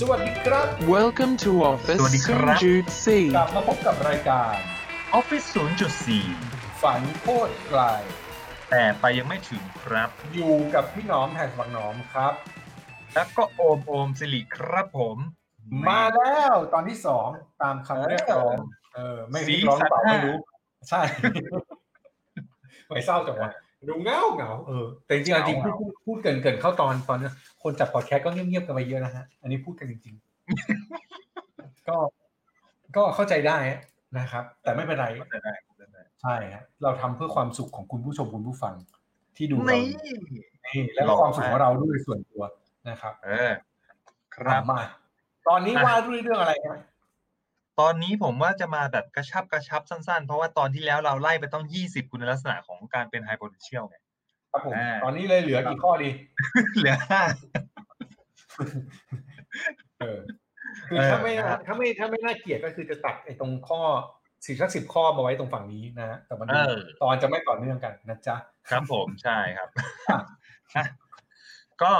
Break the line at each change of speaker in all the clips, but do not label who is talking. สวัสดีครับ
Welcome to Office
สวัสดีครับ
0.4.
กลับมาพบกับรายการ
Office 0.4
ฝันโคตรไกล
แต่ไปยังไม่ถึงครับ
อยู่กับพี่หน้อมแห่งฝังหน้อมครับ
แล้วก็โอมโอมสิริครับผม
มาแล้วตอนที่สองตามคำเรียกร้องเออไม่เรียกร้องเปล่าไม่รู้ ใช่ ไม่เศร้าจังวะดูเงาเงาเออแต่จริงๆอ่ะจริงๆพูดพูดพูดเกินเกินเข้าตอนตอนนี้คนจับพอดแคสต์ก็เงียบๆกันไปเยอะนะฮะ อันนี้พูดกันจริง ๆ ก็ ก็เข้าใจได้นะครับ แต่ไม่เป็นไร
เข้าใจได้เข้าใจได้
ใช่ฮะเราทำเพื่อความสุขของคุณผู้ชมคุณผู้ฟังที่ดูเรา
นี่
นี่และ
หล่อ
ความสุขขอ
มาก
งเราด้วยส่วนตัวนะครับ
เออ ครับ
มา ตอนนี้
อ่ะ
ว่าด้วยเรื่องอะไรครับ
ตอนนี้ผมว่าจะมาแบบกระชับกระชับสั้นๆ เพราะว่าตอนที่แล้วเราไล่ไปต้อง 20 คุณลักษณะของการเป็นไฮโพเทนเชียลไง
ครับผม
อ่า
ตอนนี้เลยเหลือกี่ข้อดี
เหลือ
เออคือ
เออ
ถ้าไม่
นะครับ
ถ้าไม่ถ้าไม่น่าเกลียดก็คือจะตัดไอ้ตรงข้อสี่สักสิบข้อมาไว้ตรงฝั่งนี้นะฮะแต่มัน
เออ
ตอนจะไม่ต่อเนื่องกันนะจ๊ะ
ครับผมใช่ครับ
อ่ะ
อ่ะก็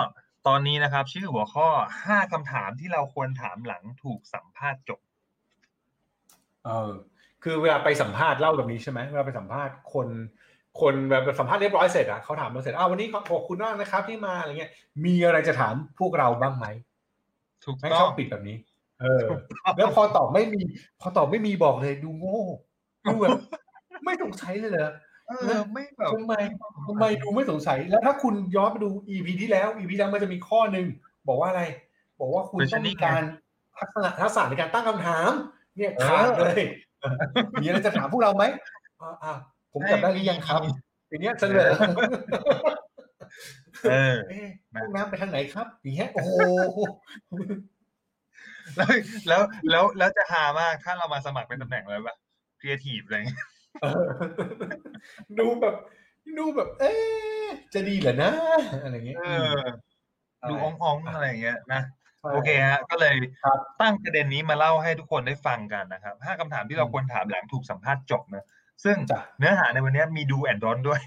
ตอนนี้นะครับ ชื่อหัวข้อ 5คำถามที่เราควรถามหลังถูกสัมภาษณ์จบ
เออคือเวลาไปสัมภาษณ์เล่าแบบนี้ใช่ไหมเวลาไปสัมภาษณ์คนคนแบบสัมภาษณ์เรียบร้อยเสร็จอะเขาถามเราเสร็จอ้าววันนี้ขอขอบคุณมากนะครับที่มาอะไรเงี้ยมีอะไรจะถามพวกเราบ้างไหม
ถูก
แม่ง
ต้
ช
อ
อง บปิดแบบนี้ เออ แล้วพอตอบไม่มี พอตอบไม่มีบอกเลยดูโง่ดูแบบ ไม่สงสัยเลยเหรอ
เอ
นะ
อไม่แบบ
ทำไมทำไมดูไม่สงสัย แล้วถ้าคุณย้อนไปดู EP ที่แล้ว EP ที่แล้วมันจะมีข้อหนึ่งบอกว่าอะไร บอกว่าคุณต้องมี
Questioning
การทักษะทักษะในการตั้งคำถาม เนี่ยขาดเลยมีอะไรจะถามพวกเราไหมอ่าอ่าผมจับได้หรือยังครับอย่างเงี้ยเสนอ
เออ
เอ๊ะห้องน้ำไปทางไหนครับอย่างเงี้ยโอ้โห
แล้วแล้วแล้วแล้วจะหามากถ้าเรามาสมัครเป็นตำแหน่งอะไรปะครีเอทีฟอะไรเงี้ย
เอ อดูแบบ ดูแบบ เอ๊ะจะดีเหรอนะอะไรเงี้ย
เออ ดูอ่อง ๆ อะไรเงี้ยนะ
ใช่
โอเคฮะ ก็เลย
ครับ
ตั้งประเด็นนี้มาเล่าให้ทุกคนได้ฟังกันนะครับห้าคำถามที่เรา
อืม
ควรถามหลังถูกสัมภาษณ์จบนะ ซึ่ง
จ้ะ
เนื้อหาในวันนี้มีดูแอนดรอนด้วย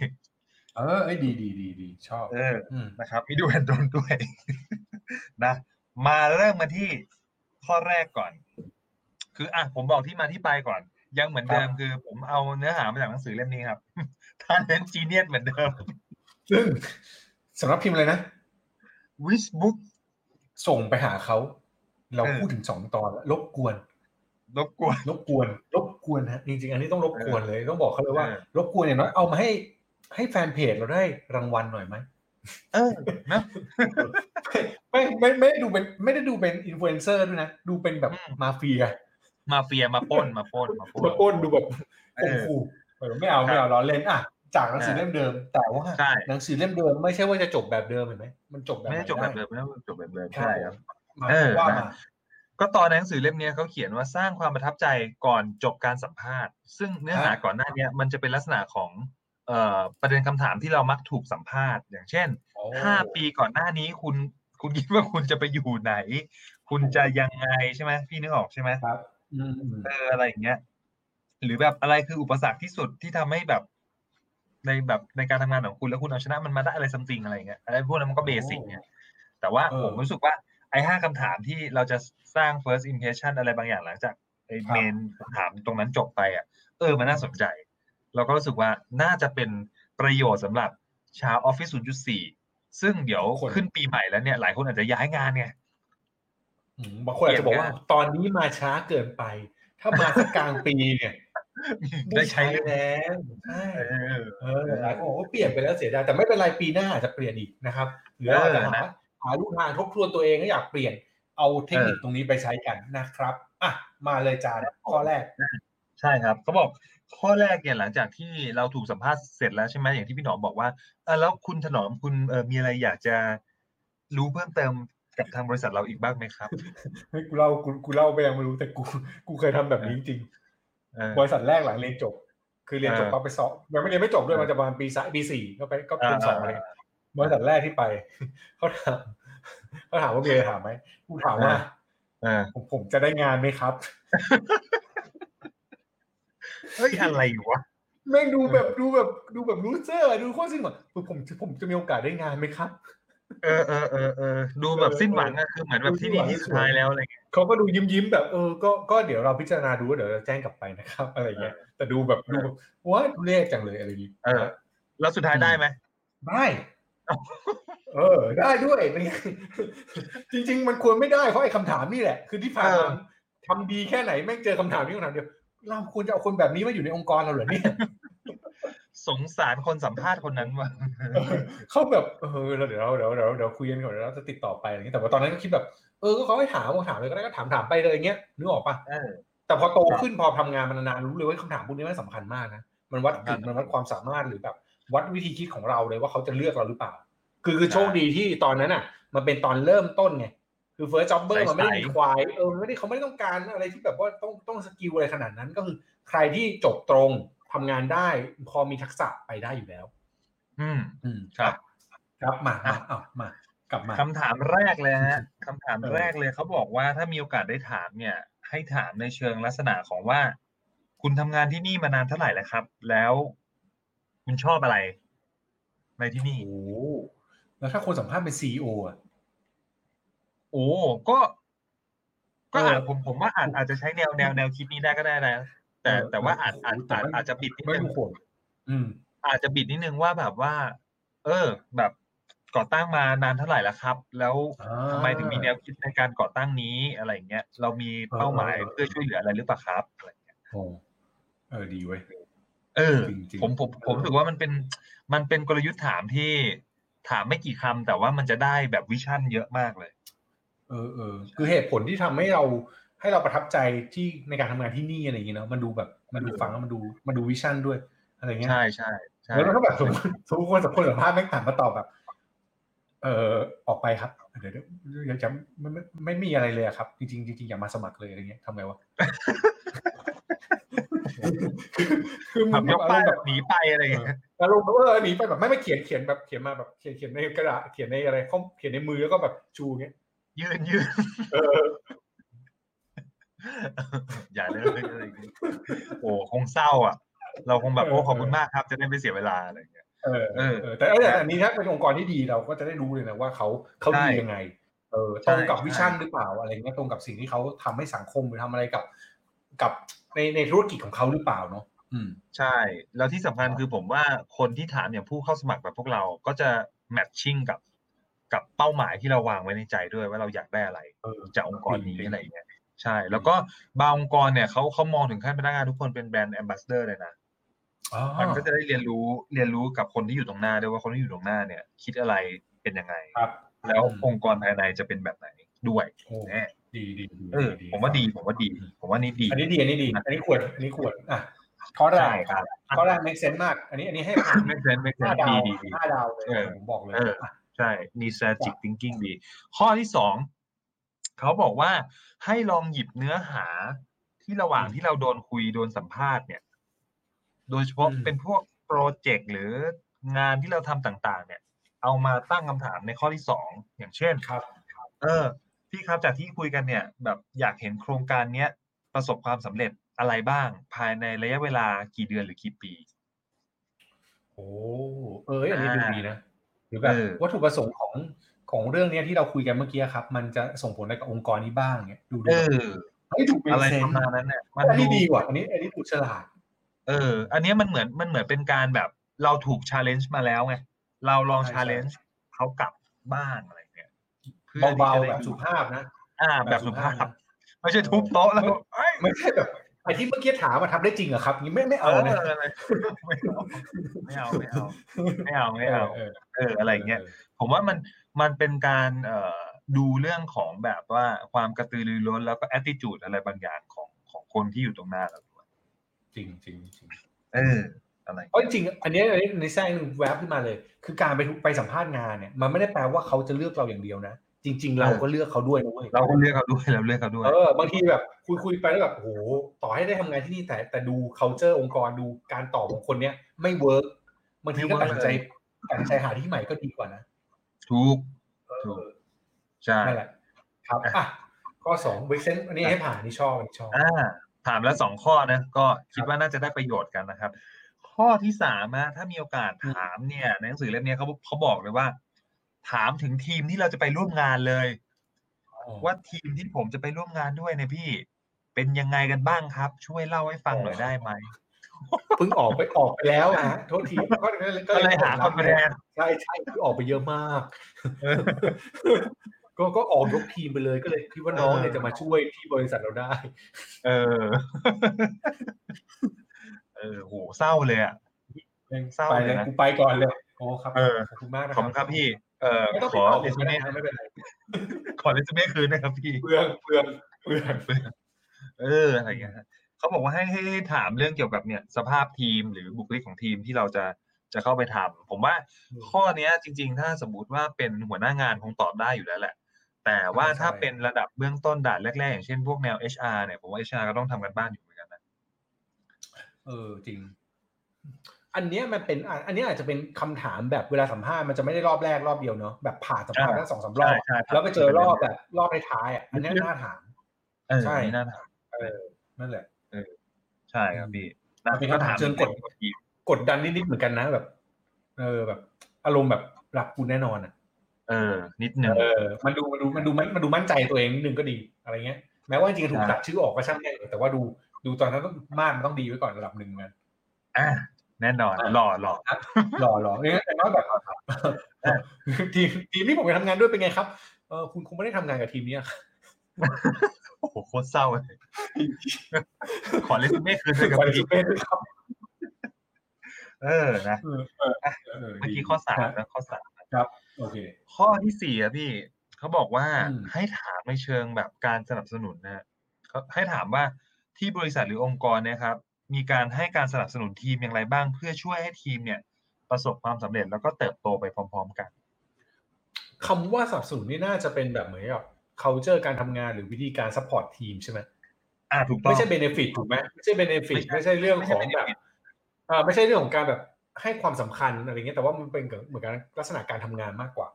เออเอ้ยดีดีดีดีชอบ
เออ
อืม
นะครับ มีดูแอนดรอนด้วย นะ มาเริ่มมาที่ข้อแรกก่อน คืออ่ะผมบอกที่มาที่ไปก่อน ยังเหมือนเดิมคือ ผมเอาเนื้อหามาจากหนังสือเล่มนี้ครับ ท่านเน้นจีเนียสเหมือนเดิม
ซึ่งสำนักพิมพ์เลยนะ
วิสบุ๊ก
ส่งไปหาเขา เรา
เออ
พูดถึงสองตอนแล้วรบกวน
รบกวน
รบกวน รบกวนฮะจริงๆ อันนี้ต้องรบกวนเลย ต้องบอกเขาเลยว่า
เออ
รบกวนอย่างน้อยเอามาให้ ให้แฟนเพจเราได้รางวัลหน่อยไหม
เออนะ
ไม่ไม่ไม่ได้ดูเป็นไม่ได้ดูเป็นอินฟลูเอนเซอร์ด้วยนะ ดูเป็นแบบมาเฟีย
มาเฟียมาปล้นมาปล้นมาปล้น
มาปล้นดูแบบ
เอ
ข่ม
อ
ขู่เออไม่เอาไม่เอาล้อเล่นอ่ะจากหนังสือเล่มเดิม แต่ว่า
ใช่
หนังสือเล่มเดิมไม่ใช่ว่าจะจบแบบเดิมเห็นไหมมันจบแบบ
ไม่
หน
ได้จบแบบเดิมไม่ได้จบแบบเดิม
ครับ
ใช่ครับ
มา
เออ
ว่า
นะ
มา
ก็ตอนหนังสือเล่มเนี้ยเขาเขียนว่าสร้างความประทับใจก่อนจบการสัมภาษณ์ ซึ่งเนื้อหาก่อนหน้าเนี้ยมันจะเป็นลักษณะของเอ่อประเด็นคำถามที่เรามักถูกสัมภาษณ์ อย่างเช่น
โอ้
ห้าปีก่อนหน้านี้คุณ คุณคิดว่าคุณจะไปอยู่ไหน คุณจะยังไงใช่ไหมพี่นึกออกใช่ไหม
ครับอืมอืม
เอออะไรอย่างเงี้ย หรือแบบอะไรคืออุปสรรคที่สุดที่ทำให้แบบ ในแบบในการทำงานของคุณแล้วคุณเอาชนะมันมาได้อะไรซัมติงอะไรอย่างเงี้ยอะไรพวกนั้นมันก็เบสิกไงแต่ว่า
เออ
ผมรู้สึกว่าไอ้ห้าคำถามที่เราจะสร้าง first impression อะไรบางอย่างหลังจากไอ้
ครับ
เมนคำถามตรงนั้นจบไปอ่ะเออมันน่าสนใจ เราก็รู้สึกว่าน่าจะเป็นประโยชน์สำหรับชาวออฟฟิศ0.4 ซึ่งเดี๋ยว
คน
ขึ้นปีใหม่แล้วเนี่ยหลายคนอาจจะย้ายงานไง
อืมบางคนอาจจะบอกว่า ตอนนี้มาช้าเกินไป ถ้ามาสักกลางปีเนี่ย
ได้ใช้เรื่อง
แล้วใช่
เออ
เออหลายคนบอกว่าเปลี่ยนไปแล้วเสียดายแต่ไม่เป็นไรปีหน้าอาจจะเปลี่ยนอีกนะครับ หรือเราอาจจะหาหาลูกทางทบทวนตัวเองก็อยากเปลี่ยนเอาเทคนิคตรงนี้ไปใช้กันนะครับอ่ะมาเลยจานข้อแรก
ใช่ครับเขาบอกข้อแรกเนี่ยหลังจากที่เราถูกสัมภาษณ์เสร็จแล้วใช่ไหมอย่างที่พี่หนอมบอกว่าเออแล้วคุณถนอมคุณเออมีอะไรอยากจะรู้เพิ่มเติมกับทางบริษัทเราอีกบ้างไหมครับ
เฮ้ยกูเล่ากูกูเล่าไปยังไม่รู้แต่กู กูเคยทำแบบนี้จริง
เออ
บริษัทแรกหลังเรียนจบ คือเรียนจบ
เออ
ปั๊บไปสอบยังไม่เรียนไม่จบด้วย
เออ
มันจะประมาณปีสามปีสี่ก็ไปก็เป็น
อ่า
สอบอะไรบริษัทแรกที่ไป เขาถาม เขาถามว่ามีอะไรถามไหมกูถามว่า
เออ เออ
ผมผมจะได้งานไหมครับ
เฮ้ยอะไรวะ
แม่งดูแบบ
เออ
ดูแบบดูแบบรู้เซอร์ดูโคตรซิ่งหมดผมผมผมจะมีโอกาสได้งานไหมครับ
เออเออเออเออดูแบบสิ้นหวังอะคือเหมือนแบบที่นี่ที่สุดท้ายแล้วอะไรเงี้ย
เขาก็ดูยิ้มยิ้มๆแบบเออก็ก็เดี๋ยวเราพิจารณาดูว่าเดี๋ยวเราแจ้งกลับไปนะครับ อะไรเงี้ยแต่ดูแบบดูแบบว้าทุเรศจังเลยอะไรอย่างงี้
เออ แล้วสุดท้ายได้ไหม
ได้เออ ได้ด้วยเป็นไง จริง ๆ มันควรไม่ได้เพราะไอ้คำถามนี่แหละ คือที่ผ่าน
เอ
มา
อ
ทำดีแค่ไหนแม่งเจอคำถามนี้คำถามเดียวเราควรจะเอาคนแบบนี้มาอยู่ในองค์กรเราเหรอเนี่ย
สงสารคนสัมภาษณ์คนนั้นว่ะ
เออเขาแบบเออเดี๋ยวเราเดี๋ยวเราเดี๋ยวคุยกันก่อนเดี๋ยวเราจะติดต่อไปอะไรอย่างเงี้ยแต่ว่าตอนนั้นก็คิดแบบเออก็เขาให้ถามก็ถามเลยก็ได้ก็ถามถามไปเลยอย่างเงี้ยนึกออกปะ
เออ
แต่พอโตขึ้นพอทำงานมานานๆรู้เลยว่าคำถามพวกนี้มันสำคัญมากนะมันวัดถึงมันวัดความสามารถหรือแบบวัดวิธีคิดของเราเลยว่าเขาจะเลือกเราหรือเปล่า คือคือโชคดีที่ตอนนั้นอ่ะ มันเป็นตอนเริ่มต้นไงคือ first jobber
สายๆ
มันไม่ได้มีควายเออมันไม่ได้เขาไม่ได้ต้องการอะไรที่แบบว่าต้องต้องสกิลอะไรขนาดนั้นก็คือใครที่จบตรงทำงานได้พอมีทักษะไปได้อยู่แล้ว
อืม
อืม
ครับ
ครับมา
อ่ะ
มาเอามากลับมา
คำถามแรกเลยฮะคำถาม
เออ
แรกเลยเขาบอกว่าถ้ามีโอกาสได้ถามเนี่ย ให้ถามในเชิงลักษณะของว่า คุณทำงานที่นี่มานานเท่าไหร่แล้วครับ แล้ว คุณชอบอะไร ในที่นี่
โอ้โหแล้วถ้าคนสัมภาษณ์เป็นซีออ่ะ
โอ้ก็ ก็อาจ
เออ
ผมผมว่าอาจอาจจะใช้แนวแนวแนวคิดนี้ได้ก็ได้นะแต่
เออ
แต่ว่า
เออ
อาจอาจ
โอ้โหแต่
อาจ
มัน
อาจจะบิดนิด
ไม่
นึง
รู้คนอืม
อาจจะบิดนิดนึงว่าแบบว่า เออ แบบก่อตั้งมานานเท่าไหร่แล้วครับ แล้ว
อ่า
ทำไมถึงมีแนวคิดในการก่อตั้งนี้อะไรอย่างเงี้ยเรามีเป้าหมาย
เออเออ
เพื่อช่วยเหลืออะไรหรือเปล่าครับอะไรอย่างเงี้ย
โอ้เออดีเว้ย
เออ
จริงจริง
ผมผมผมรู้สึกว่ามันเป็นมันเป็นกลยุทธ์ถามที่ถามไม่กี่คำแต่ว่ามันจะได้แบบวิชั่นเยอะมากเลย
เออเออคือเหตุผลที่ทำให้เราให้เราประทับใจที่ในการทำงานที่นี่อะไรอย่างเงี้ยเนาะมันดูแบบมันดูฟังแล้วมันดูมันดูวิชั่นด้วย อะไรเงี้ย
ใช่ใช่ใช่
แล้วถ้าแบบสมมติ สมมติคนสัมคนสัมภาษณ์แม่งถามมาตอบแบบ เออออกไปครับเดี๋ยวเดี๋ยวเดี๋ยวจะไม่ไม่ไม่มีอะไรเลยอะครับ จริงๆจริงๆอย่ามาสมัครเลยอะไรเงี้ยทำไงวะ คือคือมึ
ขับ
ง
ยกป้าย
อรมณ์
แบบหนีไปอะไรอย่างเงี้ย
อารมณ์แบบว่าเออหนีไปแบบไม่ไม่เขียนเขียนแบบเขียนมาแบบเขียนเขียนในกระดาษเขียนในอะไรข้อมเขียนในมือแล้วก็แบบชูเงี้ย
ยืนยืน
เออ
อย่าเลยอะไรอย่างเงี้ยโอ้คงเศร้าอ่ะ เราคงแบบโอ้ขอบคุณมากครับ จะได้ไม่เสียเวลาอะไรอย่างเงี้ย
เออ
เออ
เออแต่เออแต่อันนี้ถ้าเป็นองค์กรที่ดีเราก็จะได้รู้เลยนะว่าเขาเขาดี
ใช่
ยังไง เออ
ใช่
ตรงกับวิชั่น
ใช่
หรือเปล่าอะไรเงี้ยตรงกับสิ่งที่เขาทำให้สังคมหรือทำอะไรกับ กับในในธุรกิจของเขาหรือเปล่าเนาะอืม
ใช่ แล้วที่สำคัญคือผมว่าคนที่ถามอย่างผู้เข้าสมัครแบบพวกเราก็จะแมทชิ่งกับกับเป้าหมายที่เราวางไว้ในใจด้วยว่าเราอยากได้อะไร
เออ
จากองค์กรนี้
จริงๆ
อะไรอย่างเงี้ยใช่ แล้วก็บางองค์กรเนี่ยเขาเขามองถึงขั้นพนักงานทุกคนเป็นแบรนด์แอมบาสเดอร์เลยนะ
อ๋อ
มันก็จะได้เรียนรู้เรียนรู้กับคนที่อยู่ตรงหน้าด้วยว่าคนที่อยู่ตรงหน้าเนี่ย คิดอะไรเป็นยังไง
ครับ
แล้ว
อืม
องค์กรภายในจะเป็นแบบไหนด้วย
โอ้
แน่
ดีดีดี
เออ ผมว่าดี ผมว่าดี ผมว่านี่ดี
อันนี้ดีอันนี้ดี อันนี้ควรอันนี้ควรอ่ะข้อแร
ใช่
ก
ครับ
ข้อแรก make sense มาก อันนี้อันนี้ให้ผ่าน
ไม่เซนไม่เซ
ห้าน ดา
ดี
ว
ดีดี
ห้าดาวเลย
เออ
ผมบอกเลย
เออ ใช่ มี strategic thinking ดี ข้อที่สองเขาบอกว่าให้ลองหยิบเนื้อหาที่ระหว่างที่เราโดนคุยโดนสัมภาษณ์เนี่ย โดยเฉพาะเป็นพวกโปรเจกต์หรืองานที่เราทำต่างๆ เนี่ย เอามาตั้งคำถามในข้อที่สองอย่างเช่น
ครับ
เออพี่ครับจากที่คุยกันเนี่ย แบบอยากเห็นโครงการเนี้ยประสบความสำเร็จอะไรบ้าง ภายในระยะเวลากี่เดือนหรือกี่ปี
โอ้เอออันนี้ดู
อ่า
ดีนะหรือแบบ
เออ
วัตถุประสงค์ของของเรื่องเนี้ยที่เราคุยกันเมื่อกี้ครับ มันจะส่งผลอะไรกับองค์กรนี้บ้างเนี่ยดูดู
เออ
เฮ้ยถูกเป็น
อะไร
เซน
ป
ต์
ระมาณนั้นเนี่ย
อันนี้
ดู
ดีกว่าอันนี้อันนี้ถูกฉลาด
เออ อันเนี้ยมันเหมือนมันเหมือนเป็นการแบบ เราถูกชาเลนจ์มาแล้วไงเราลอง
ใช่ใช่
ชาเลนจ์เขากลับบ้างอะไรเงี้ยพื่อที่
เบา
จะ
ๆ
ได้
แบบสุภาพนะ
อ่า แบบสุภาพ
นะ
ไม่ใช่ทุบโต๊ะแล้วก็เอ้ย
ไม่ใช่แบบไอ้ที่เมื่อกี้ถามมาทำได้จริงเหรอครับนี่ไม่ไม่
เอ
เอา
อ
นะ
อะไรไม่เอาไม่เอาไม่เอาไม่เอาไม่เอาเอออะไรเงี้ย ผมว่ามันมันเป็นการเอ่อดูเรื่องของแบบว่าความกระตือรือร้นแล้วก็ attitude อะไรบางอย่างของของคนที่อยู่ตรงหน้าเราด้วย
จริงจริงจริง
เออ อะไร
เพราะจริงๆอันเนี้ยอันนี้ในแทรกหนึ่งแวบขึ้นมาเลย คือการไปไปสัมภาษณ์งานเนี่ย มันไม่ได้แปลว่าเขาจะเลือกเราอย่างเดียวนะ จริง ๆ เราก็เลือกเขาด้วยนะเว้ย
เราก็เลือกเขาด้วยเราเลือกเขาด้วย
เออบางทีแบบคุยคุยไปแล้วแบบโหต่อให้ได้ทำงานที่นี่แต่แต่ดู culture องค์กรดูการตอบของคนเนี้ยไม่เวิร์กบางทีก็
ไม่
ตัดสิน
work
ใจ
เลย
ตัดสินใจหาที่ใหม่ก็ดีกว่านะ
ถูกถูกใช่
นั่นแหละ ครับ
อ่ะ
อ่ะข้อสองเวกเซนอันนี้ให้ผ่านอันนี่ชอบอันนี่ชอบ
อ่าถามแล้วสองข้อนะ ก็คิดว่าน่าจะได้ประโยชน์กันนะครับ ข้อที่สามนะถ้ามีโอกาสถามเนี่ยในหนังสือเล่มเนี้ยเขาเขาบอกเลยว่า ถามถึงทีมที่เราจะไปร่วมงานเลย ว่าทีมที่ผมจะไปร่วมงานด้วยเนี่ยพี่ เป็นยังไงกันบ้างครับ ช่วยเล่าให้ฟังหน่อยได้ไหม
เพิ่งออกไปออกไปแล้วนะฮะโทษทีก็
ก็เลยหาคอนแทน
ใช่ใช่คือออกไปเยอะ มาก ก็ก็ออกยกทีมไปเลยก็เลยคิดว่าน้องเนี่ยจะมาช่วยที่บริษัทเราได้
เออ เออโหเศร้าเลยอ่ะ เศร้า
ไป
เล
เลย ย
นะ
กูไปก่อนเลยโอ้ครับ
เออ
ขอบคุณมากนะ
ขอบคุณครับพี่ เออ
ไม่ต้อง
ข
ติด
อ
ต่อ
เร
ผม
ซู
ก็ได้
เม่
นะไม่เป็นไร
ขอเรซูเม่คืนนะครับพี่
เปลืองเปลืองเปลือง
เอออะไรอย่างเงี้ยฮะเขาบอกว่าให้ให้ให้ถามเรื่องเกี่ยวกับเนี่ยสภาพทีมหรือบุคลิกของทีมที่เราจะจะเข้าไปทำผมว่าข้อเนี้ยจริง ๆ ถ้าสมมติว่าเป็นหัวหน้างานคงตอบได้อยู่แล้วแหละ แต่ว่าถ้าเป็นระดับเบื้องต้นด่านแรกๆ อย่างเช่นพวกแนว HR เนี่ยผมว่า HR ก็ต้องทำกันบ้านอยู่เหมือนกันนะ
เออจริง อันเนี้ยมันเป็นอ่ะอันเนี้ยอาจจะเป็นคำถามแบบเวลาสัมภาษณ์มันจะไม่ได้รอบแรกรอบเดียวเนาะแบบผ่านสัมภาษณ์ทั้งสองสามรอบ
ใช่ใช่ค
แล้วไปเจอรอบแบบรอบท้ายๆอ่ะอันเนี้ยน่าถาม
เออ
ใช่
นี่น่าถาม
นั่นแหละ
ใช่ครับพี่
มันเป็นคำถามเชิงกด กดดันนิดๆเหมือนกันนะแบบ เออแบบ อารมณ์แบบหลับกูแน่นอนอ่ะ
เออ นิดหนึ่ง
เออ มันดูมันดูมันดูมันมันดูมั่นใจตัวเองนิดนึงก็ดีอะไรเงี้ย แม้ว่าจริงๆถูก
ใช่
ตัดชื่อออกก็ช่างแม่งแต่ว่าดูดูตอนนั้นต้องมาดมันต้องดีไว้ก่อนระดับหนึ่งเหมือนกัน
อ่ะแน่นอน
อ่ะ
หล่อหล่อ
หล่อหล่อเนี่ยแต่ว่าแบบ ทีมทีมที่ผมไปทำงานด้วยเป็นไงครับเออคุณคงไม่ได้ทำงานกับทีมเนี้ ย
โอ้โหโคตรเศร้าเลย ขอเรซูเม่คืนด้วยครับ
คอน
พี่
เนด้วยครับ
เออนะ
เออเออเออ
เมื่อกี้ข้อสามนะข้อสาม
โอเค
ข้อที่สี่อะพี่เขาบอกว่า
อืม
ให้ถามในเชิงแบบการสนับสนุนนะฮะเขาให้ถามว่าที่บริษัทหรือองค์กรเนะครับ มีการให้การสนับสนุนทีมอย่างไรบ้าง เพื่อช่วยให้ทีมเนี่ย ประสบความสำเร็จแล้วก็เติบโตไปพร้อม ๆ กัน
คำว่าสนับสนุนนี่น่าจะเป็นแบบเหมือนกับ culture การทำงานหรือวิธีการ support ทีมใช่ไหม
อ่าถูกต้อง
ไม่ใช่เบนฟิตถูกไหมไม่ใช่เบนฟิต
ไม่ใช่
ไม่ใช่เรื่องของ
ไม่ใช่
แบบ
benefit
เอ่อไม่ใช่เรื่องของการแบบให้ความสำคัญอะไรเงี้ยแต่ว่ามันเป็นเหมือนกันลักษณะการทำงานมากกว่า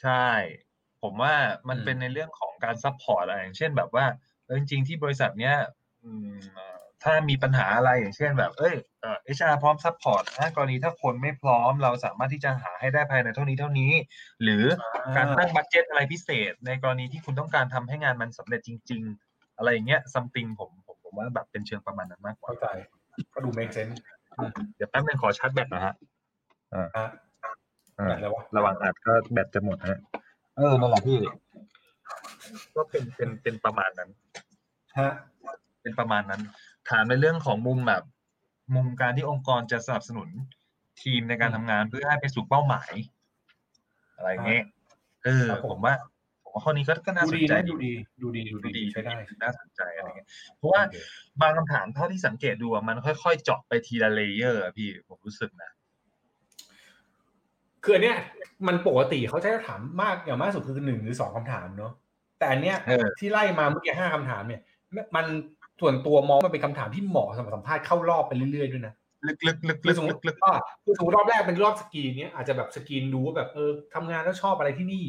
ใช่ ผมว่ามัน
อืม
เป็นในเรื่องของการซัพพอร์ตอะไรอย่างเช่นแบบว่าเออจริงๆที่บริษัทเนี้ยอืมเอ่อถ้ามีปัญหาอะไรอย่างเช่นแบบเอ้ยเอชอาร์พร้อมซัพพอร์ตนะกรณีถ้าคนไม่พร้อมเราสามารถที่จะหาให้ได้ภายในเท่านี้เท่านี้ หรือการตั้งบัตเจตอะไรพิเศษ ในกรณีที่คุณต้องการทำให้งานมันสำเร็จจริง ๆ อะไรอย่างเงี้ยซัมติงผมผมผมว่าแบบเป็นเชิงประมาณนั้นมากกว่า
เข้าใจก็ดู make sense
เดี๋ยวแป๊บนึงขอชาร์จแบตหนะฮะ
ฮะ
อ่า
อะไรวะ
ระหว่างอัดก็แบตจะหมดฮะ เออนั่นแหละพี่ ก็เป็นเป็นเป็นประมาณนั้น
ฮะ
เป็นประมาณนั้น ถามในเรื่องของมุมแบบ มุมการที่องค์กรจะสนับสนุนทีมในการทำงานเพื่อให้ไปสู่เป้าหมาย อะไรอย่างเงี้ยเออผมว่า ผมว่าข้อนี้ก็ก็น่า
ดู
สน
ดี
ใจ
นะดูดีดูดีดูดีใช้ได้
น่าสนใจอะไรเงี้ยเพราะว่า
โอเค
บางคำถามเท่าที่สังเกตดูอะมันค่อยๆเจาะไปทีละเลเยอร์อะพี่ผมรู้สึกนะ
คืออันเนี้ยมันปกติเขาใช้คำถามมากอย่างมากสุดคือหนึ่งหรือสองคำถามเนาะแต่อันเนี้ย
เออ
ที่ไล่มาเมื่อกี้ห้าคำถามเนี่ยมันส่วนตัวมองว่ามันเป็นคำถามที่เหมาะสำหรับสัมภาษณ์เข้ารอบไปเรื่อยๆด้วยนะ
ลึกๆลึกๆลึก
คือสมมติ
ๆลึก
ก็คือสมมติรอบแรกเป็นรอบสกรีนเนี้ยอาจจะแบบสกรีนดูว่าแบบเออทำงานแล้วชอบอะไรที่นี่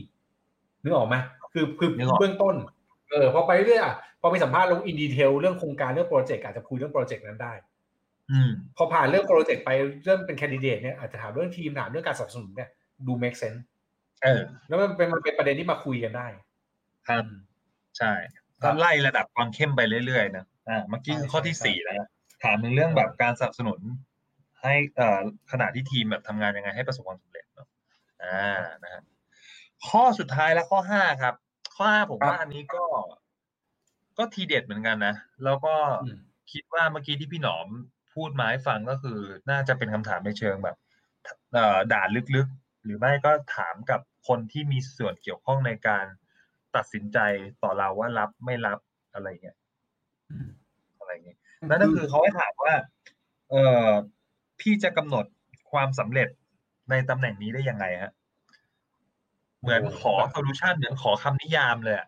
นึกออกไหมคือคือเบื้องต้น เออพอไปเรื่อยอ่ะพอไปสัมภาษณ์ลงอินดีเทลเรื่องโครงการเรื่องโปรเจกต์อาจจะคุยเรื่องโปรเจกต์นั้นได้
ๆอืม
พอผ่านเรื่องโปรเจกต์ไปเริ่มเป็นแคนดิเดตเนี่ยอาจจะถามเรื่องทีมถามเรื่องการสนับสนุนเนี่ยดู make sense
เออ
แล้วมันเป็นมันเป็นประเด็นที่มาคุยกันได้
ครับ
อืม
ใช่
ครั
ถ้า
บ
ไล่ระดับความเข้มไปเรื่อยๆนะอ่าเมื่อกี้
ใช่
คือข้อที่
ใช่
สี่แล้วนะถามถึงเรื่องแบบการสนับสนุน ให้เอ่อขณะที่ทีมแบบทำงานยังไงให้ประสบความสำเร็จเนาะอ่านะฮะข้อสุดท้ายและข้อห้าครับ ข้อห้าผม
ครับ
ว่าอันนี้ก็ ก็ทีเด็ดเหมือนกันนะแล้วก็
อืม
คิดว่าเมื่อกี้ที่พี่หนอมพูดมาให้ฟังก็คือ น่าจะเป็นคำถามในเชิงแบบเอ่อด่านลึกๆ หรือไม่ก็ถามกับคนที่มีส่วนเกี่ยวข้องในการ ตัดสินใจต่อเราว่ารับไม่รับอะไรเงี้ยอะไรเงี้ยนั่นก็คือเขาให้ถามว่า เออพี่จะกำหนดความสำเร็จในตำแหน่งนี้ได้ยังไงฮะ เหมือนขอโซลูชันเหมือนขอคำนิยามเลยอะ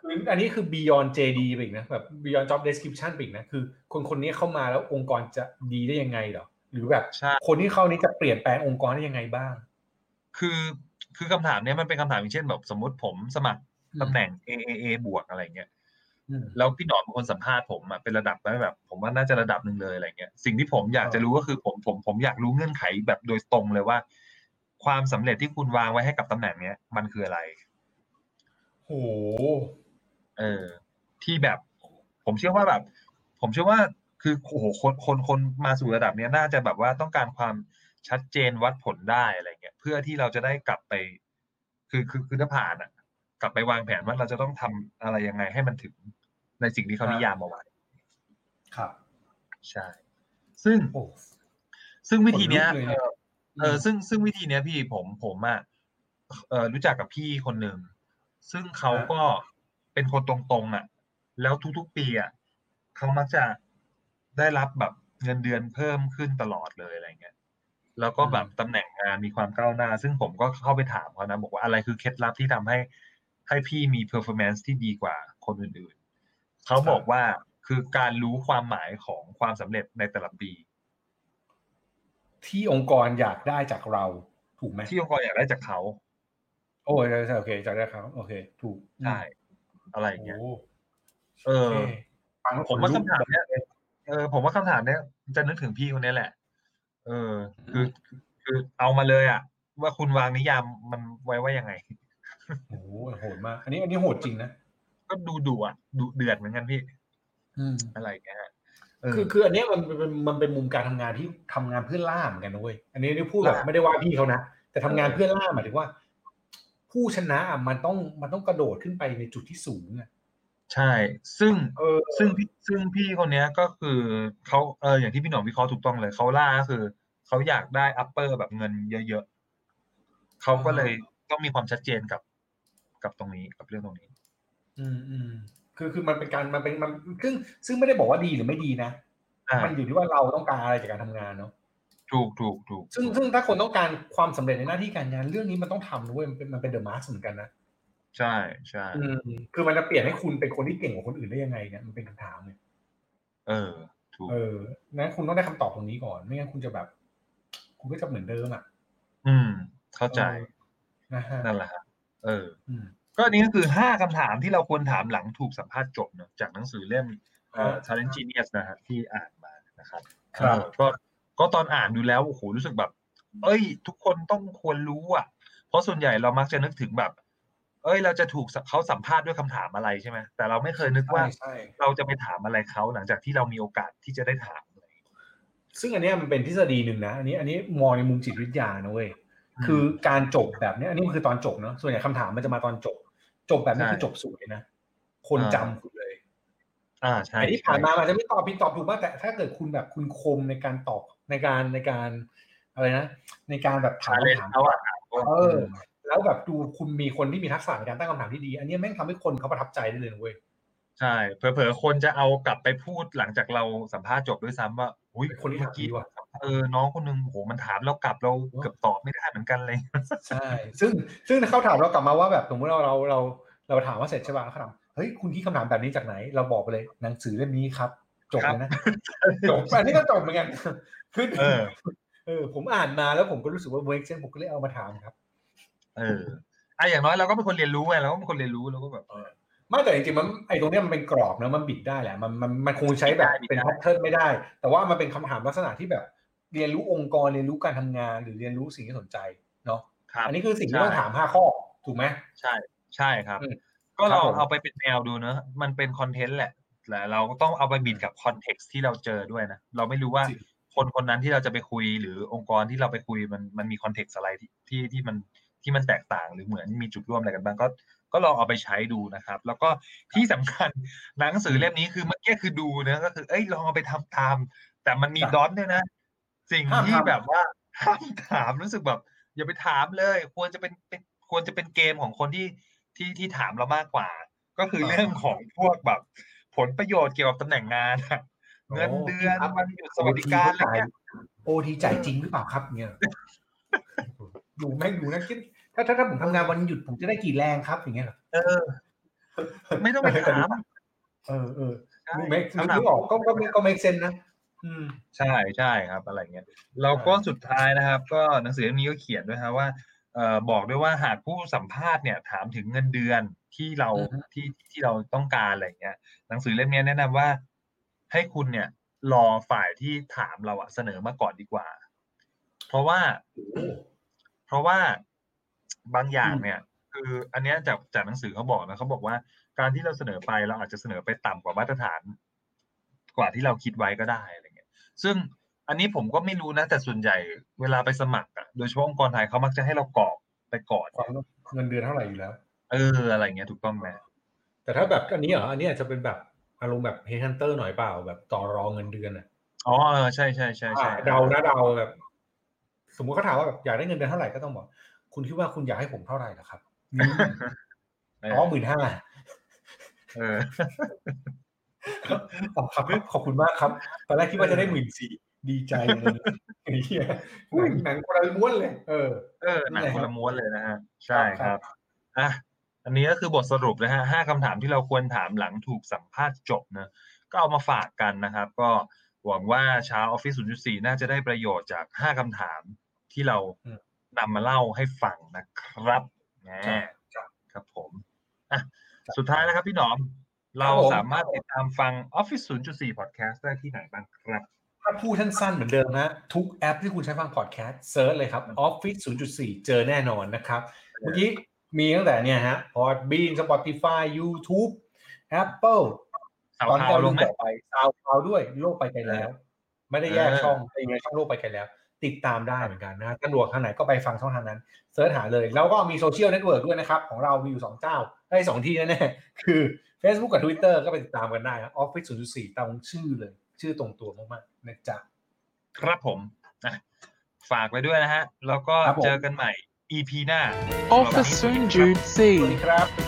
คืออันนี้คือ beyond JD ไปอีกนะแบบ beyond job description ไปอีกนะคือ คนคนนี้เข้ามาแล้วองค์กรจะดีได้ยังไงเหรอหรือแบบ
ใช่
คนที่เข้านี้จะเปลี่ยนแปลงองค์กรได้ยังไงบ้าง
คือ คือคำถามเนี้ยมันเป็นคำถามอย่างเช่นแบบสมมติผมสมัครตำแหน่ง AAA บวกอะไรเงี้ย
อืม
แล้วพี่หนอมเป็นคนสัมภาษณ์ผมอะเป็นระดับแบบ ผมว่าน่าจะระดับหนึ่งเลยอะไรเงี้ยสิ่งที่ผมอยากจะรู้ก็คือผมผมผมอยากรู้เงื่อนไขแบบโดยตรงเลยว่า ความสำเร็จที่คุณวางไว้ให้กับตำแหน่งเนี้ยมันคืออะไร
โอ้โห
เออ ที่แบบ ผมเชื่อว่าแบบ ผมเชื่อว่าคือโอ้โหคนคนคนมาสู่ระดับเนี้ยน่าจะแบบว่าต้องการความชัดเจนวัดผลได้อะไรเงี้ยเพื่อที่เราจะได้กลับไป คือคือคือถ้าผ่านอ่ะ กลับไปวางแผนว่าเราจะต้องทำอะไรยังไงให้มันถึงในสิ่งที่เขานิยามเอาไว้
ครับ
ใช่ ซึ่ง
โอ้
ซึ่งวิธีเนี้ย
ขนลุกเลยเนี่ย
เออ เออซึ่งซึ่งวิธีเนี้ยพี่ผมผมอ่ะเออรู้จักกับพี่คนหนึ่งซึ่งเขาก็เป็นคนตรงๆอ่ะ แล้วทุกๆปีอ่ะเขามักจะได้รับแบบเงินเดือนเพิ่มขึ้นตลอดเลยอะไรเงี้ยแล้วก็แบบตำแหน่งงานมีความก้าวหน้า ซึ่งผมก็เข้าไปถามเขานะบอกว่าอะไรคือเคล็ดลับที่ทำให้ให้พี่มี performance ที่ดีกว่าคนอื่นๆเขาบอกว่าคือการรู้ความหมายของความสำเร็จในแต่ละปี
ที่องค์กรอยากได้จากเราถูกไหม
ที่องค์กรอยากได้จากเขา
โอ้ยโอเคจากได้ครับโอเค ถูก
ใช่อะไรอย่างเงี้ย
โอ้โห
เออ
โอเคฟังแล้ว
ผมว่า
ขนลุก
คำถามเนี้ยเออผมว่าคำถามเนี้ยจะนึกถึงพี่คนเนี้ยแหละ เออ คือคือคือเอามาเลยอ่ะ ว่าคุณวางนิยามมันไว้ว่ายังไง
โอ้โหโหดมากอันนี้อันนี้โหดจริงนะ
ก็ดูดุอ่ะดุเดือดเหมือนกันพี่
อืม
อะไรอย่างเงี้ยฮะเออ
คือคืออันเนี้ยมันเป็นมันเป็นมุมการทำงานที่ทำงานเพื่อล่าเหมือนกันนะเว้ยอันนี้นี่พูดแบบ
ล่า
ไม่ได้ว่าพี่เขานะแต่ทำงาน
เออ
เพื่อล่าหมายถึงว่า ผู้ชนะอ่ะมันต้องมันต้องกระโดดขึ้นไปในจุดที่สูงอ่ะ
ใช่ ซึ่ง
เออ
ซึ่งพี่ซึ่งพี่คนเนี้ยก็คือเขาเอออย่างที่พี่หนอมวิเคราะห์ถูกต้องเลยเขาล่าก็คือเขาอยากได้อัปเปอร์แบบเงินเยอะๆเขาก็เลยต้องมีความชัดเจนกับ กับตรงนี้กับเรื่องตรงนี้
อืมอืมคือคือมันเป็นการมันเป็นมันซึ่งซึ่งไม่ได้บอกว่าดีหรือไม่ดีนะ
อ่า
มันอยู่ที่ว่าเราต้องการอะไรจากการทำงานเนาะ
ถูกถูกถูก
ซึ่งซึ่งถ้าคนต้องการความสำเร็จในหน้าที่การงานเรื่องนี้มันต้องทำนะเว้ยมันเป็นมันเป็นเดอะมาร์เหมือนกันนะ
ใช่ใช่
อืมคือมันจะเปลี่ยนให้คุณเป็นคนที่เก่งกว่าคนอื่นได้ยังไงเนี่ยมันเป็นคำถามเนี่ย
เออ ถูก
เออนั้นคุณต้องได้คำตอบตรงนี้ก่อน ไม่งั้นคุณจะแบบ คุณก็จะเหมือนเดิมอ่ะ
อืม เข้าใจ
นะฮะ
นั่นแหละครับเออ
อืม
ก็อันนี้ก็คือห้าคำถามที่เราควรถามหลังถูกสัมภาษณ์จบเนอะจากหนังสือเล่มเอ่อ Talent Genius นะฮะที่อ่านมานะครับ
ครับ
เออก็ก็ตอนอ่านดูแล้วโอ้โหรู้สึกแบบ เอ้ย ทุกคนต้องควรรู้อ่ะ เพราะส่วนใหญ่เรามักจะนึกถึงแบบ เอ้ย เราจะถูกเขาสัมภาษณ์ด้วยคำถามอะไรใช่ไหมแต่เราไม่เคยนึกว่า
ใช่ใช่
เราจะไปถามอะไรเขาหลังจากที่เรามีโอกาสที่จะได้ถามเลย
ซึ่งอันเนี้ยมันเป็นทฤษฎีหนึ่งนะ อันนี้ อันนี้มองในมุมจิตวิทยานะเว้ย คือการจบแบบเนี้ย อันนี้มันคือตอนจบเนาะ ส่วนใหญ่คำถามมันจะมาตอนจบ จบแบบนี้
ใช่
คือจบสวยนะ คน
อ่า
จำคุณเลย
อ่าใช่
แต่ที่ผ่าน
ใช่
มาอาจจะไม่ตอบผิดตอบถูกบ้างแต่ถ้าเกิดคุณแบบคุณคมในการตอบในการในการอะไรนะ ในการแบบถามคำถาม
เขาอ่ะ
เออ แล้วแบบดูคุณมีคนที่มีทักษะในการตั้งคำถามที่ดี อันเนี้ยแม่งทำให้คนเขาประทับใจได้เลยนะเว้ย
ใช่เผลอๆคนจะเอากลับไปพูดหลังจากเราสัมภาษณ์จบด้วยซ้ำว่าอุ้ย
เป็นคนที่
เมื่
ถา
อ
มดี
กี้
ว่ะ
เออน้องคนนึงโอ้โหมันถามเรากลับเราเกือบตอบไม่ได้เหมือนกันเลย
ใช่ ซึ่งซึ่งเขาถามเรากลับมาว่าแบบสมมติเราเราเราเราถามว่าเสร็จใช่ป่ะแล้วเขาถามเฮ้ยคุณคิดคำถามแบบนี้จากไหน เราบอกไปเลยหนังสือเล่มนี้ครับ จบเลยนะจบอันนี้ก็จบเหมือนกันคือ
เออ
เออ ผมอ่านมาแล้วผมก็รู้สึกว่าเวกเซนผมก็เลยเอามาถามครับ
เอออ่ะอย่างน้อยเราก็เป็นคนเรียนรู้ไงเราก็เป็นคนเรียนรู้เราก็แบบ
ไม่แต่จริงๆมันไอ้ตรงเนี้ยมันเป็นกรอบนะมันบิดได้แหละมันมันมันคงใช้แบบ
บิดได้
เป็นแพทเทิร์นไม่ได้ แต่ว่ามันเป็นคำถามลักษณะที่แบบ เรียนรู้องค์กรเรียนรู้การทำงาน หรือเรียนรู้สิ่งที่สนใจเนาะ
ครับ
อันนี้คือสิ่งที่ต้อง
ใช่
ถามห้าข้อถูกไหม
ใช่ใช่ครับ
อืม
ก็ลอ
ครับผม
งเอาไปเป็นแนวดูเนอะมันเป็นคอนเทนต์แหละแต่เราก็ต้องเอาไปบิดกับคอนเท็กซ์ที่เราเจอด้วยนะเราไม่รู้ว่าคนคนนั้นที่เราจะไปคุยหรือองค์กรที่เราไปคุยมันมันมีคอนเท็กซ์อะไรที่ที่ที่มันที่มันแตกต่างหรือเหมือนมีจุดร่วมอะไรกันบ้างก็ ก็ลองเอาไปใช้ดูนะครับ แล้วก็ที่สำคัญหนังสือเล่มนี้คือเมื่อกี้คือดูเนอะก็คือเอ้ยลองเอาไปทำตาม แต่มันมี
ครับ
ดอนด้วยนะ สิ่ง
ห้าม
ที่
ทำ
แบบว่าห้ามถามรู้สึกแบบ อย่าไปถามเลย ควรจะเป็นเป็นควรจะเป็นเกมของคนที่ที่ที่ถามเรามากกว่า ก็คือเรื่องของพวกแบบ ผลประโยชน์เกี่ยวกับตำแหน่งงานอะเงินเดือน
โอ้ที่พัก
วันหยุดสวัสดิการอะไรเงี้ย
โอทีจ่ายจริงหรือเปล่าครับเนี่ยดูแม่งดูนะคิดถ้าถ้าถ้าผมทำงานวันหยุดผมจะได้กี่แรงครับอย่างเงี้ยเหรอ
เออ ไม่ต้องไปถ าม
เออเออ
ใช่
ดูแม่ง
คำถา
ดู
ม
ออกก็ก็ก็ไม่เซนนะอืม
ใช่ใช่ครับ อะไรเงี้ยเราก็สุดท้ายนะครับ ก็หนังสือเล่มนี้ก็เขียนด้วยฮะว่าเอ่อบอกด้วยว่าหากผู้สัมภาษณ์เนี่ย ถามถึงเงินเดือนที่เรา
อือฮึ
ที่ที่เราต้องการอะไรเงี้ย หนังสือเล่มนี้แนะนำว่า ให้คุณเนี่ย รอฝ่ายที่ถามเราอะเสนอมาก่อนดีกว่า เพราะว่า เพราะว่าบางอย่างเนี่ย คืออันเนี้ยจากจากหนังสือเขาบอกนะเขาบอกว่าการที่เราเสนอไปเราอาจจะเสนอไปต่ำกว่ามาตรฐาน กว่าที่เราคิดไว้ก็ได้อะไรเงี้ย ซึ่งอันนี้ผมก็ไม่รู้นะ แต่ส่วนใหญ่เวลาไปสมัครอะโดยเฉพาะองค์กรไทยเขามักจะให้เรากรอกไปก่อน
ความเงินเดือนเท่าไหร่อยู่แล้ว
เอออะไรเงี้ยถูกต้องไหม
แต่ถ้าแบบอันนี้เหรออันนี้อาจจะเป็นแบบอารมณ์แบบเฮดันเตอร์หน่อยเปล่าแบบต่อรองเงินเดือนอ่ะ
อ๋อเออใช่ใช่ใช่ใช่
เดานะเดาแบบ สมมุติเขาถามว่าแบบอยากได้เงินเดือนเท่าไหร่ก็ต้องบอก คุณคิดว่าคุณอยากให้ผมเท่าไหร่นะครับ อ๋อหมื่นห้า
เออ
ขอบครับ ขอบคุณมากครับตอนแรกคิดว่าจะได้หมื่นสี่ดีใจเลยอุ้ย หนังคนละม้วนเลย เออ
เออหนังคนละม้วนเลยนะฮะใช่ครับอ่ะอันนี้ก็คือบทสรุปนะฮะห้าคำถามที่เราควรถามหลังถูกสัมภาษณ์จบนะก็เอามาฝากกันนะครับ ก็หวังว่าชาวออฟฟิศ0.4 น่าจะได้ประโยชน์จากห้าคำถามที่เรานำมาเล่าให้ฟังนะครับนะครับครับผมอ่ะสุดท้ายนะครับพี่หนอม เราสามารถติดตามฟัง Office 0.4 Podcast ได้ที่ไหนบ้างครับ
ถ้าพูดสั้นๆเหมือนเดิมนะทุกแอปที่คุณใช้ฟังพอดแคสต์เซิร์ชเลยครับ Office 0.4 เจอแน่นอนนะครับ เมื่อกี้มีตั้งแต่เนี่ยฮะ Podbean Spotify YouTube Apple
สาว
ตอนที่
พาว
เรา
ล
ล
ง
ง
ไหม
ต่อไปซาวคลาวด้วยโลกไปไกลแล้ว ไม่ได้แยก
เออ
ช่องไอ้ไงช่องโลกไปไกลแล้ว ติดตามได้เหมือนกันนะฮะสะดวกทางไหนก็ไปฟังช่องทางนั้นเสิร์ชหาเลย แล้วก็มีโซเชียลเน็ตเวิร์กด้วยนะครับ ของเรามีอยู่สองเจ้าได้สองที่แน่ๆ คือ Facebook กับ Twitter ก็ไปติดตามกันได้นะออฟฟิศศูนย์สี่ตามชื่อเลย ชื่อตรงตัวมากๆนะจ๊ะ
ครับผมนะฝากไว้ด้วยนะฮะ แล้วก็
ครับผม
เจอกันใหม่ EP หน้า
Office
สวัสดีค
Soon
รับ
Jude
สวัส
C.
ดีครับ